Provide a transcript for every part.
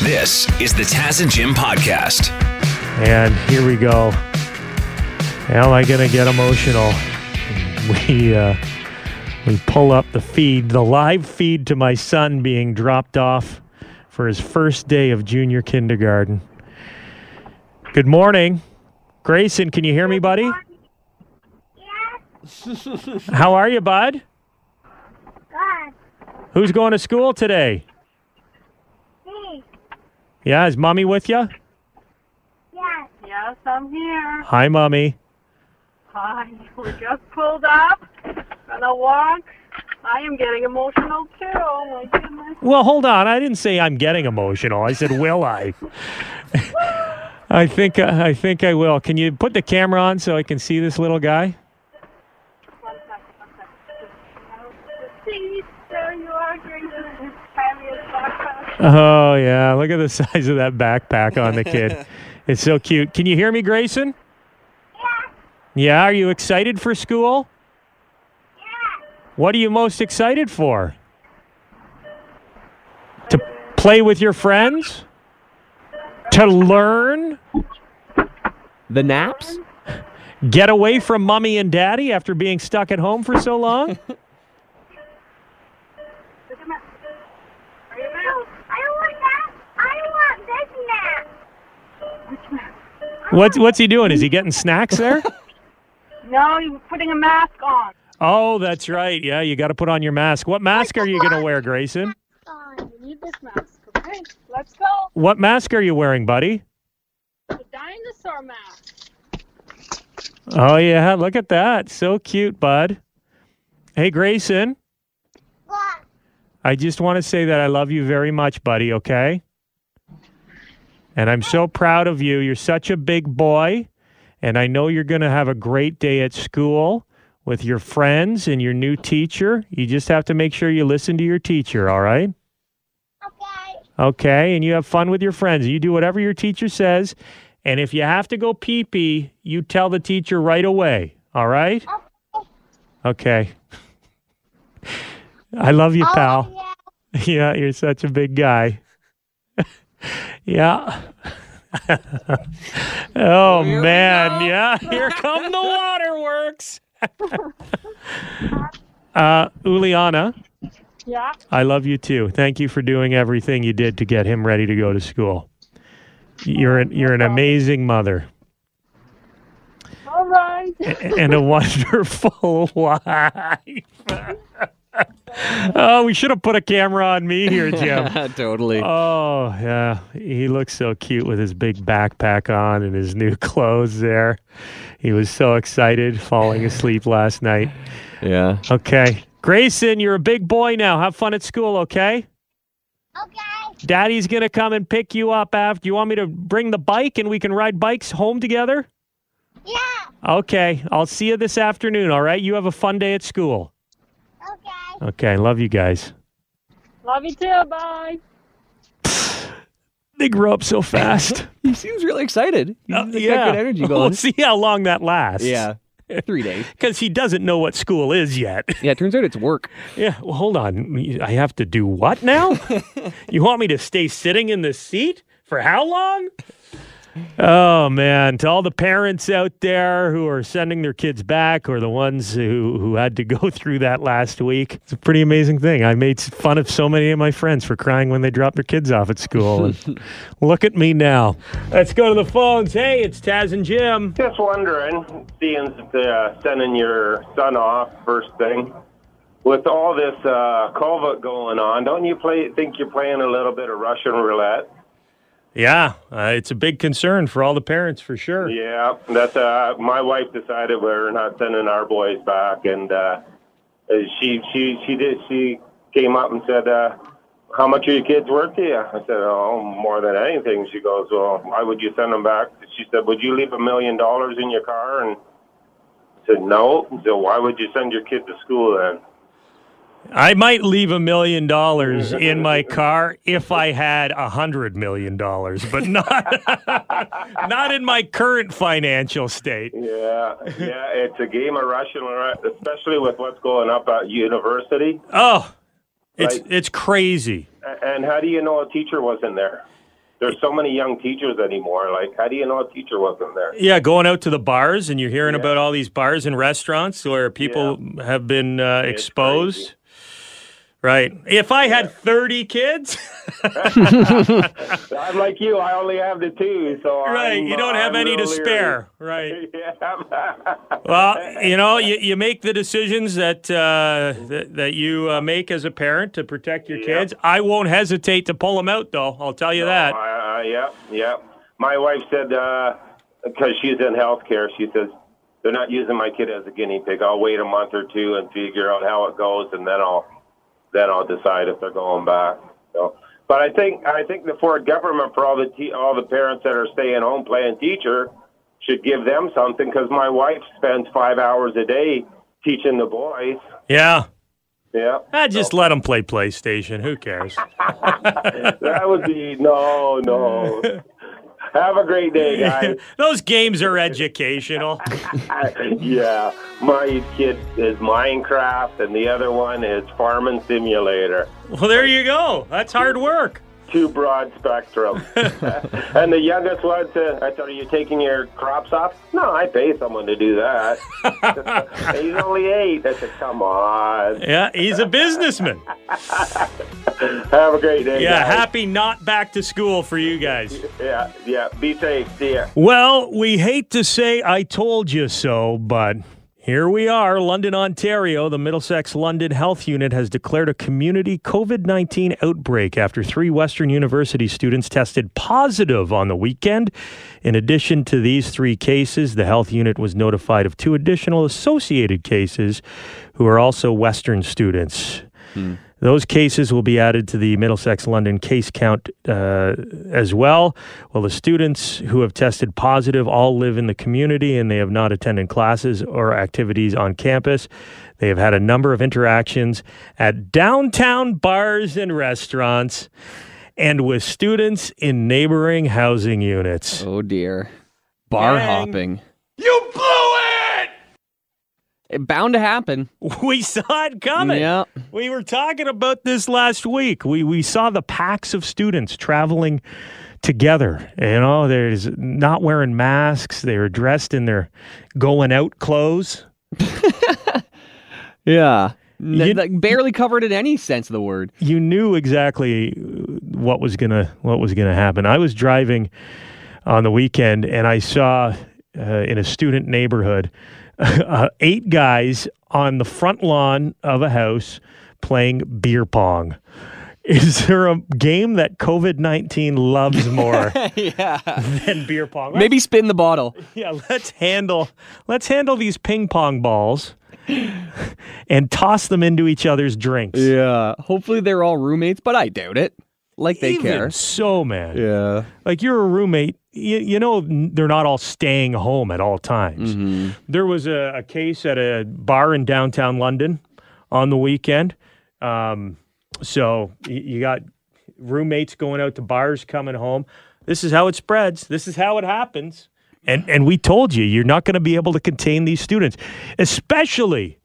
This is the Taz and Jim podcast. And here we go. Am I going to get emotional? We uh, we pull up the feed, the live feed to my son being dropped off for his first day of junior kindergarten. Good morning, Grayson. Can you hear me, buddy? How are you, bud? God, Who's going to school today? me, Yeah, is mommy with you? yes, Yes, I'm here. Hi, mommy. Hi. We just pulled up. Gonna walk. I am getting emotional too. Oh my goodness. Well, hold on. I didn't say I'm getting emotional. I said, "Will I?" I think uh, I think I will. Can you put the camera on so I can see this little guy? One second, one second. See, there you are, Grayson. Fabulous Oh backpack. yeah, look at the size of that backpack on the kid. it's so cute. Can you hear me, Grayson? Yeah, are you excited for school? What are you most excited for? To play with your friends? To learn? The naps? Get away from mommy and daddy after being stuck at home for so long? Look at my- Are you there? I want that. I want this now. What's what's he doing? Is he getting snacks there? No, you're putting a mask on. oh, that's right. Yeah, you got to put on your mask. What mask are you going to wear, Grayson? God, You need this mask, okay? Let's go. What mask are you wearing, buddy? The dinosaur mask. Oh yeah, look at that. So cute, bud. Hey, Grayson, God, I just want to say that I love you very much, buddy, okay? And I'm so proud of you. You're such a big boy, and I know you're going to have a great day at school with your friends and your new teacher. You just have to make sure you listen to your teacher, all right? okay. Okay, and you have fun with your friends. You do whatever your teacher says. And if you have to go pee pee, you tell the teacher right away. All right? Okay. I love you, pal. Oh, yeah. Yeah, you're such a big guy. yeah. oh, man. Yeah, here come the waterworks. uh, Uliana. Yeah. I love you too. Thank you for doing everything you did to get him ready to go to school. You're an, you're an amazing mother All right. and a wonderful wife. oh, we should have put a camera on me here, Jim. totally. Oh, yeah. He looks so cute with his big backpack on and his new clothes there. He was so excited falling asleep last night. yeah. Okay. Grayson, you're a big boy now. Have fun at school, okay? Okay. Daddy's gonna come and pick you up after. You want me to bring the bike and we can ride bikes home together? Yeah. Okay, I'll see you this afternoon. All right, you have a fun day at school. Okay. Okay, love you guys. Love you too. Bye. They grow up so fast. He seems really excited. He's Uh, got good energy We'll going. see how long that lasts. yeah. Oh, Three days. because he doesn't know what school is yet. Yeah, it turns out it's work. yeah, well, hold on. I have to do what now? you want me to stay sitting in this seat for how long? Oh man, to all the parents out there who are sending their kids back or the ones who who had to go through that last week. It's a pretty amazing thing. I made fun of so many of my friends for crying when they dropped their kids off at school. And look at me now. Let's go to the phones. Hey, it's Taz and Jim. Just wondering, seeing if they're uh, sending your son off first thing. With all this uh, COVID going on, don't you play? Think you're playing a little bit of Russian roulette? Yeah, uh, it's a big concern for all the parents for sure. Yeah, that's. Uh, my wife decided we're not sending our boys back, and uh, she she she did. She came up and said, uh, "How much are your kids worth to you?" I said, "Oh, more than anything." She goes, "Well, why would you send them back?" She said, "Would you leave a million dollars in your car?" And I said, "No." So why would you send your kid to school then? I might leave a million dollars in my car if I had a hundred million dollars, but not not in my current financial state. Yeah, yeah, it's a game of Russian roulette, especially with what's going up at university. Oh, It's Like- it's crazy. A- And how do you know a teacher wasn't there? There's so many young teachers anymore. Like, how do you know a teacher wasn't there? Yeah, going out to the bars and you're hearing about all these bars and restaurants where people have been uh, exposed. crazy. Right. If I had 30 kids, I'm like you. I only have the two, so right, I'm, you don't have I'm any to real leery. spare. Right. Yeah. Well, you know, you, you make the decisions that uh, that, that you uh, make as a parent to protect your Yeah. kids. I won't hesitate to pull them out, though. I'll tell you that. Uh, yeah, yeah. My wife said because she's in healthcare, she says they're not using my kid as a guinea pig. I'll wait a month or two and figure out how it goes, and then I'll then I'll decide if they're going back. So, but I think I think the Ford government for all the te- all the parents that are staying home playing teacher should give them something because my wife spends five hours a day teaching the boys. yeah. Yeah, I just let them play PlayStation. Who cares? that would be no, no. Have a great day, guys. Those games are educational. yeah, my kid is Minecraft, and the other one is Farming Simulator. Well, there you go. That's hard work. Too broad spectrum. and the youngest one said, "I thought, are you taking your crops off?" No, I pay someone to do that. He's only eight. I said, "Come on, Yeah, he's a businessman. have a great day." Yeah, guys. happy not back to school for you guys. yeah, yeah. Be safe. See ya. Well, we hate to say I told you so, but here we are, London, Ontario. The Middlesex London Health Unit has declared a community COVID 19 outbreak after three Western University students tested positive on the weekend. In addition to these three cases, the health unit was notified of two additional associated cases who are also Western students. Those cases will be added to the Middlesex London case count uh, as well. Well, the students who have tested positive all live in the community and they have not attended classes or activities on campus. They have had a number of interactions at downtown bars and restaurants and with students in neighboring housing units. Oh dear. Bar Dang. hopping. You blew it. Bound to happen. We saw it coming. Yeah. We were talking about this last week. We we saw the packs of students traveling together. You know, there's not wearing masks. They were dressed in their going out clothes. Yeah. You- N- like barely covered in any sense of the word. You knew exactly uh, what was gonna what was gonna happen. I was driving on the weekend and I saw uh, in a student neighborhood uh, eight guys on the front lawn of a house playing beer pong. Is there a game that COVID 19 loves more yeah. than beer pong? Let's- Maybe spin the bottle. yeah, let's handle let's handle these ping pong balls and toss them into each other's drinks. Yeah. Hopefully they're all roommates, but I doubt it. Like they Even care. so, man. Yeah. like you're a roommate you, you know n- they're not all staying home at all times there was a, a case at a bar in downtown london on the weekend um, so y- you got roommates going out to bars coming home this is how it spreads this is how it happens and and we told you you're not going to be able to contain these students especially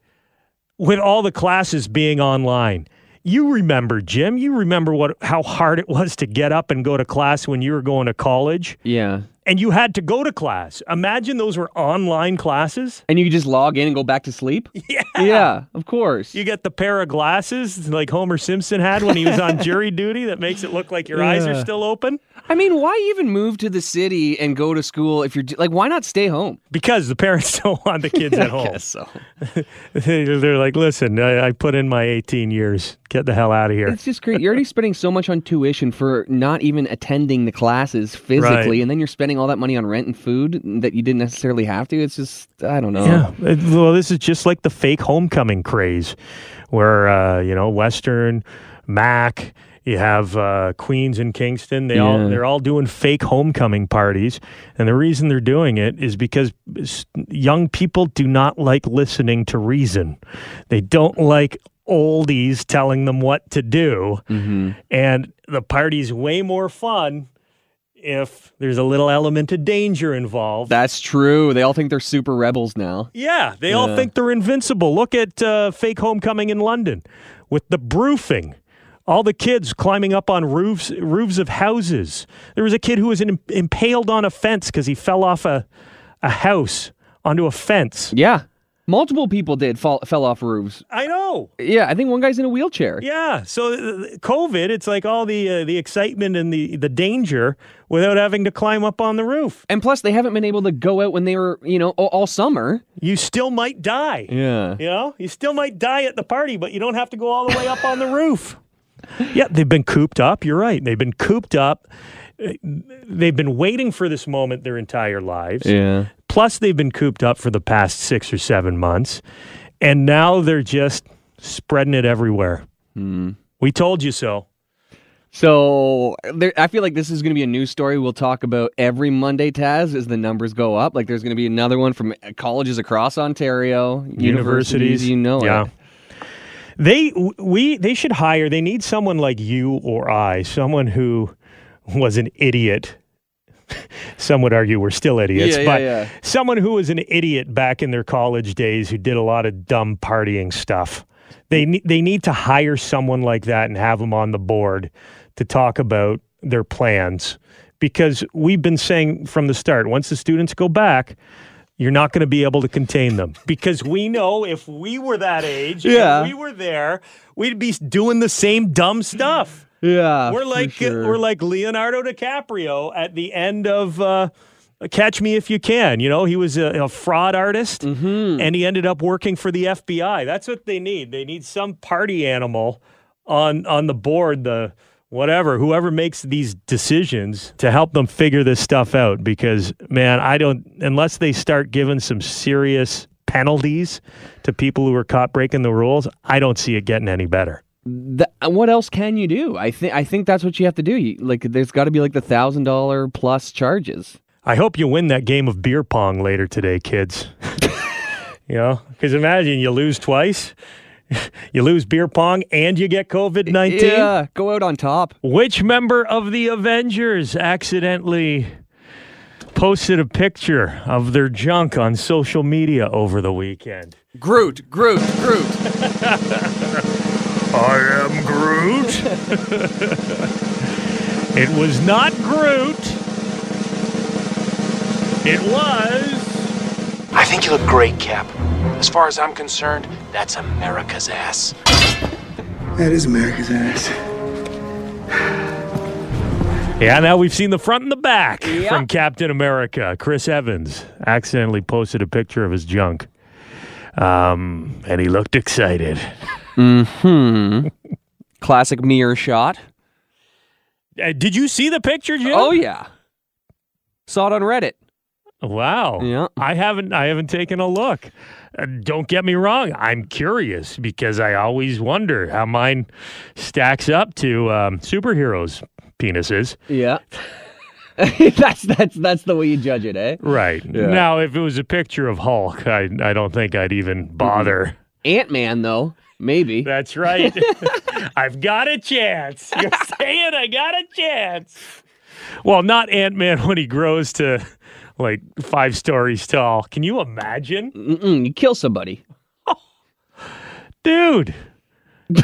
with all the classes being online you remember jim you remember what how hard it was to get up and go to class when you were going to college Yeah. and you had to go to class imagine those were online classes And you could just log in and go back to sleep? Yeah. Yeah, of course. you get the pair of glasses like homer simpson had when he was on jury duty that makes it look like your eyes are Yeah. still open I mean, why even move to the city and go to school if you're d- like, why not stay home? because the parents don't want the kids at home Guess so. They're like, listen, I, I put in my 18 years. Get the hell out of here. It's just crazy. You're already spending so much on tuition for not even attending the classes physically, Right. and then you're spending all that money on rent and food that you didn't necessarily have to. It's just, I don't know. Yeah. Uh, It- Well, this is just like the fake homecoming craze where, uh, you know, Western, Mac, you have uh, Queens and Kingston. They all Yeah. they're all doing fake homecoming parties, and the reason they're doing it is because s- young people do not like listening to reason. They don't like oldies telling them what to do, and the party's way more fun if there's a little element of danger involved. That's true. They all think they're super rebels now. yeah, they all Yeah. think they're invincible. Look at uh, fake homecoming in London with the broofing. All the kids climbing up on roofs roofs of houses. There was a kid who was im- impaled on a fence because he fell off a a house onto a fence. Yeah. Multiple people did fall fell off roofs. I know. Yeah, I think one guy's in a wheelchair. Yeah. So uh, COVID, it's like all the uh, the excitement and the the danger without having to climb up on the roof. And plus, they haven't been able to go out when they were, you know, all, all summer. You still might die. Yeah. You know, you still might die at the party, but you don't have to go all the way up on the roof. Yeah, they've been cooped up. You're right. They've been cooped up. Uh, They've been waiting for this moment their entire lives. Yeah. Plus, they've been cooped up for the past six or seven months. And now they're just spreading it everywhere. We told you so. So there, I feel like this is going to be a news story we'll talk about every Monday, Taz, as the numbers go up. Like there's going to be another one from uh, colleges across Ontario, universities, you know yeah. it. They w- we they should hire. They need someone like you or I, someone who was an idiot. Some would argue we're still idiots, Yeah, yeah, but yeah. someone who was an idiot back in their college days who did a lot of dumb partying stuff. They ne- they need to hire someone like that and have them on the board to talk about their plans because we've been saying from the start once the students go back you're not going to be able to contain them because we know if we were that age if Yeah. we were there we'd be doing the same dumb stuff Yeah. we're for like uh, sure. we're like Leonardo DiCaprio at the end of uh, Catch Me If You Can. You know, he was a, a fraud artist, Mm-hmm. and he ended up working for the FBI. That's what they need. They need some party animal on on the board. The whatever whoever makes these decisions to help them figure this stuff out because man i don't unless they start giving some serious penalties to people who are caught breaking the rules i don't see it getting any better Th- uh, what else can you do? I think I think that's what you have to do. You, like there's got to be like the thousand dollar plus charges. I hope you win that game of beer pong later today, kids. you know, because imagine you lose twice. You lose beer pong and you get COVID 19. Yeah, go out on top. Which member of the Avengers accidentally posted a picture of their junk on social media over the weekend? Groot, Groot, Groot. I am Groot. it was not Groot. It was. I think you look great, Cap. As far as I'm concerned, that's America's ass. That is America's ass. Yeah, now we've seen the front and the back from Captain America. Chris Evans accidentally posted a picture of his junk. Um, and he looked excited. Mm-hmm. Classic mirror shot. Uh, did you see the picture, Jim? Oh yeah. Saw it on Reddit. Wow. Yeah. I haven't I haven't taken a look. Uh, don't get me wrong, I'm curious because I always wonder how mine stacks up to um, superheroes penises. Yeah. that's that's that's the way you judge it, eh? Right. Yeah. Now if it was a picture of Hulk, I I don't think I'd even bother. Ant Man though, maybe. That's right. I've got a chance. You're saying I got a chance. Well, not Ant Man when he grows to like five stories tall. Can you imagine? Mm-mm, you kill somebody. Dude.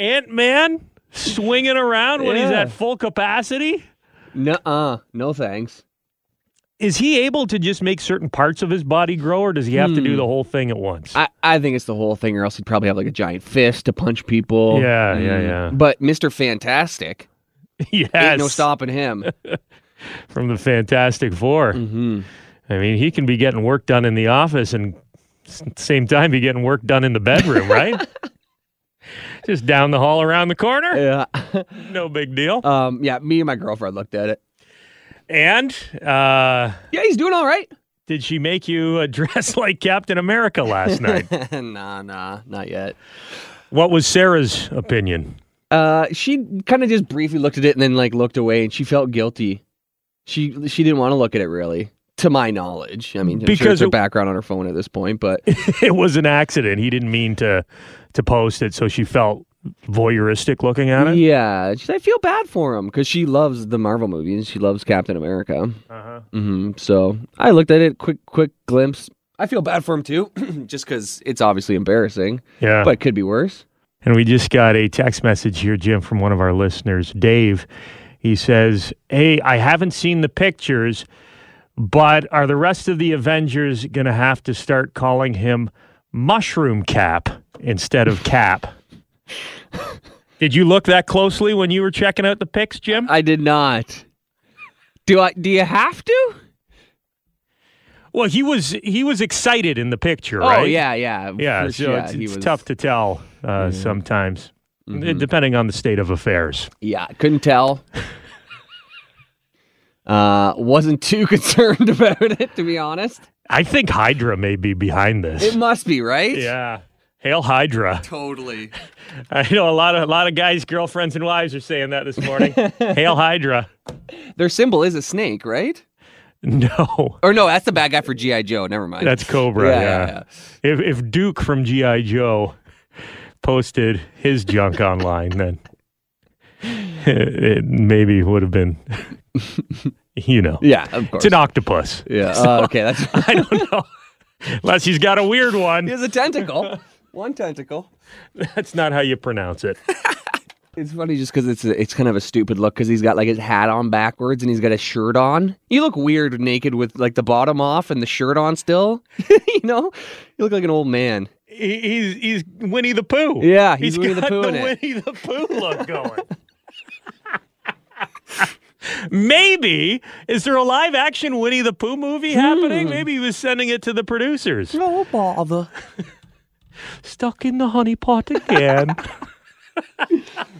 Ant Man swinging around when he's Yeah. at full capacity? Nuh-uh. No thanks. Is he able to just make certain parts of his body grow or does he have to do the whole thing at once? Hmm. I, I think it's the whole thing, or else he'd probably have like a giant fist to punch people. Mm. Yeah, yeah, yeah. But Mr. Fantastic, yes. ain't no stopping him. From the Fantastic 4 hmm I mean, he can be getting work done in the office and s- same time be getting work done in the bedroom, right? Just down the hall around the corner. Yeah. No big deal. Um, yeah, me and my girlfriend looked at it. And uh, Yeah, he's doing all right. did she make you uh, dress like Captain America last night? nah, nah, not yet. what was Sarah's opinion? Uh, she kind of just briefly looked at it and then like looked away, and she felt guilty. She she didn't want to look at it really, to my knowledge. I mean, I'm sure Because it's her it- background on her phone at this point, but it was an accident. He didn't mean to to post it, so she felt voyeuristic looking at it. yeah, she, I feel bad for him because she loves the Marvel movies. She loves Captain America. Uh-huh. hmm So I looked at it, quick quick glimpse. I feel bad for him too, just because it's obviously embarrassing, Yeah. but it could be worse. And we just got a text message here, Jim, from one of our listeners, Dave. He says, Hey, I haven't seen the pictures, but are the rest of the Avengers going to have to start calling him Mushroom Cap instead of Cap? Did you look that closely when you were checking out the pics, Jim? I did not. Do I? Do you have to? Well, he was he was excited in the picture, Oh right? yeah, yeah, Yeah, For so sure, it's, he it's was- Mm-hmm. tough to tell uh, sometimes, depending on the state of affairs. Yeah, couldn't tell. uh, wasn't too concerned about it, to be honest. I think Hydra may be behind It this. must be right. yeah, hail Hydra! totally. I know a lot of a lot of guys, girlfriends, and wives are saying that this morning. hail Hydra! Their symbol is a snake, right? No, Or no, that's the bad guy for GI Joe. Never mind. that's Cobra. Yeah, Yeah, yeah, If if Duke from GI Joe posted his junk online, then it, it maybe would have been, you know, yeah, of course. it's an octopus. yeah. uh, okay, that's. I don't know. Unless he's got a weird He one. has a tentacle. One tentacle. That's not how you pronounce it. It's funny just because it's a, it's kind of a stupid look because he's got like his hat on backwards and he's got a shirt on. You look weird naked with like the bottom off and the shirt on still. you know, you look like an old man. He, he's he's Winnie the Pooh. Yeah, he's Winnie the got Pooh the in it. Winnie the Pooh look going. Maybe is there a live action Winnie the Pooh movie happening? Maybe he was sending it to the producers. No bother. Stuck in the honey pot again.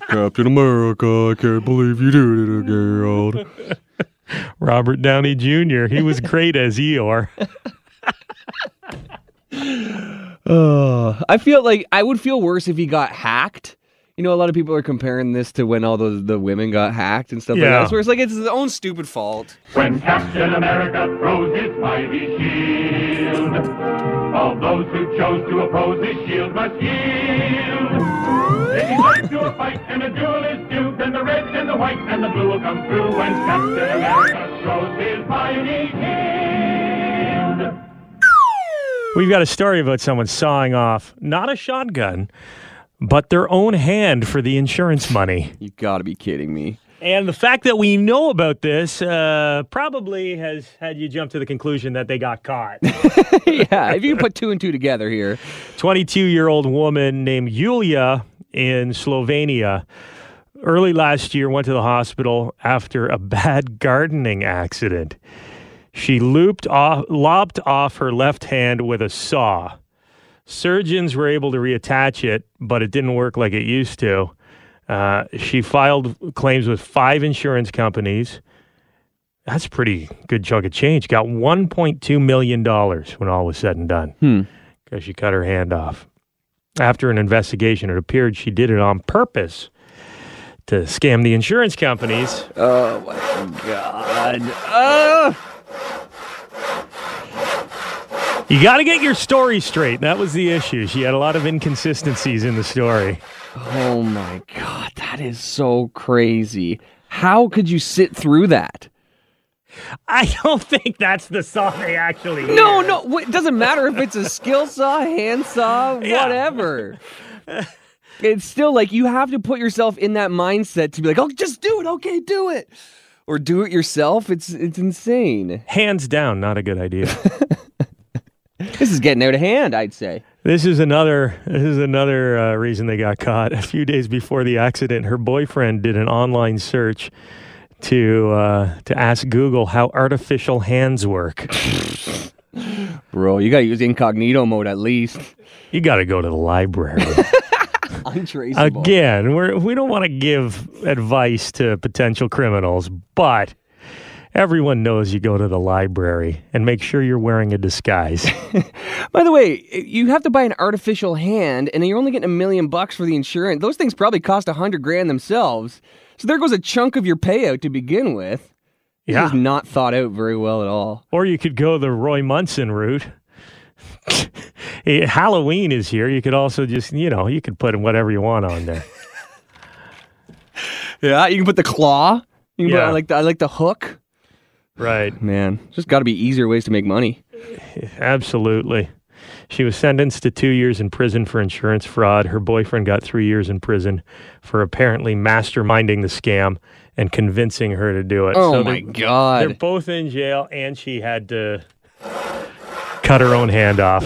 Captain America, I can't believe you did it again. Robert Downey Jr. He was great as Eeyore. Uh, I feel like I would feel worse if he got hacked. You know, a lot of people are comparing this to when all those the women got hacked and stuff like Yeah. that. So it's like it's his own stupid fault. When Captain America throws his mighty shield, all those who chose to oppose his shield must yield. If he turns to a fight and a duel is due, then the red and the white and the blue will come through when Captain America throws his mighty shield. We've got a story about someone sawing off not a shotgun, but their own hand for the insurance money. You gotta be kidding me. And the fact that we know about this uh, probably has had you jump to the conclusion that they got caught. yeah, if you put two and two together here. 22 year old woman named Yulia in Slovenia early last year went to the hospital after a bad gardening accident. She looped off, lopped off her left hand with a saw. Surgeons were able to reattach it, but it didn't work like it used to. Uh, she filed claims with five insurance companies. That's a pretty good chunk of change. Got $1.2 million when all was said and done because she cut her hand off. After an investigation, it appeared she did it on purpose to scam the insurance companies. Oh my god. Oh! You got to get your story straight. That was the issue. She had a lot of inconsistencies in the story. oh my god, that is so crazy. How could you sit through that? I don't think that's the saw they actually. No, no, wait, it doesn't matter if it's a skill saw, hand saw, Yeah. whatever. It's still like you have to put yourself in that mindset to be like, "Oh, just do it. Okay, do it." Or do it yourself. It's it's insane. Hands down, not a good idea. This is getting out of hand, I'd say. This is another. This is another uh, reason they got caught. A few days before the accident, her boyfriend did an online search to uh, to ask Google how artificial hands work. Bro, you got to use incognito mode at least. You got to go to the library Untraceable. again. We're we don't want to give advice to potential criminals, but everyone knows you go to the library and make sure you're wearing a disguise. By the way, you have to buy an artificial hand, and you're only getting a million bucks for the insurance. Those things probably cost a hundred grand themselves. So there goes a chunk of your payout to begin with. This Yeah. is not thought out very well at all. Or you could go the Roy Munson route. Eh, Halloween is here. You could also just, you know, you could put whatever you want on there. Yeah, you can put the claw. You can Yeah. put, I like the I like the hook. right. Man, just got to be easier ways to make money. Absolutely. She was sentenced to two years in prison for insurance fraud. Her boyfriend got three years in prison for apparently masterminding the scam and convincing her to do it. Oh So my they're- god. They're both in jail, and she had to cut her own hand off.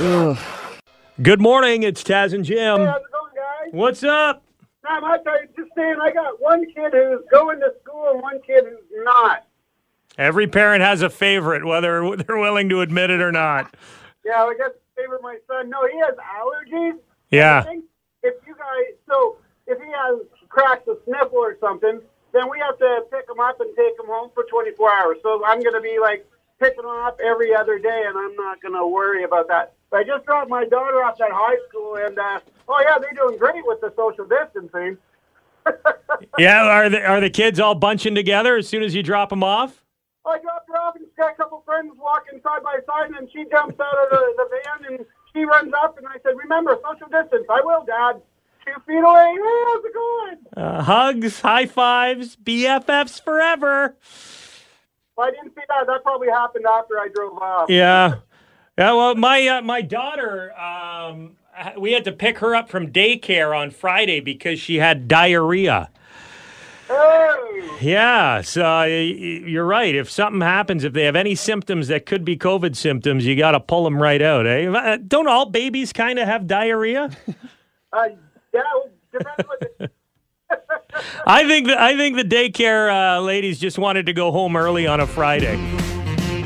Good morning. It's Taz and Jim. How's it going, guys? What's up? Tom, I tell you, just saying, I got one kid who's going to school and one kid who's not. Every parent has a favorite, whether they're willing to admit it or not. Yeah, I guess favor my son. No, he has allergies. I Yeah. think if you guys, so if he has cracks a sniffle or something, then we have to pick him up and take him home for 24 hours. So I'm going to be like picking him up every other day, and I'm not going to worry about that. But I just dropped my daughter off at high school, and uh, oh yeah, they're doing great with the social distancing. Yeah. Are the, are the kids all bunching together as soon as you drop them off? I dropped her off, and she's got a couple friends walking side by side, and she jumps out of the, the van and she runs up, and I said, "Remember social distance." I will, Dad. Two feet away. Hey, how's it going? Uh, hugs, high fives, BFFs forever. Well, I didn't see that. That probably happened after I drove off. Yeah. Yeah. Well, my uh, my daughter, um, ha- we had to pick her up from daycare on Friday because she had diarrhea. Hey, Yeah. So y- y- you're right. If something happens, if they have any symptoms that could be COVID symptoms, you got to pull them right out. Eh? Uh, Don't all babies kind of have diarrhea? uh, yeah, well, depends what the, I think that I think the daycare uh, ladies just wanted to go home early on a Friday.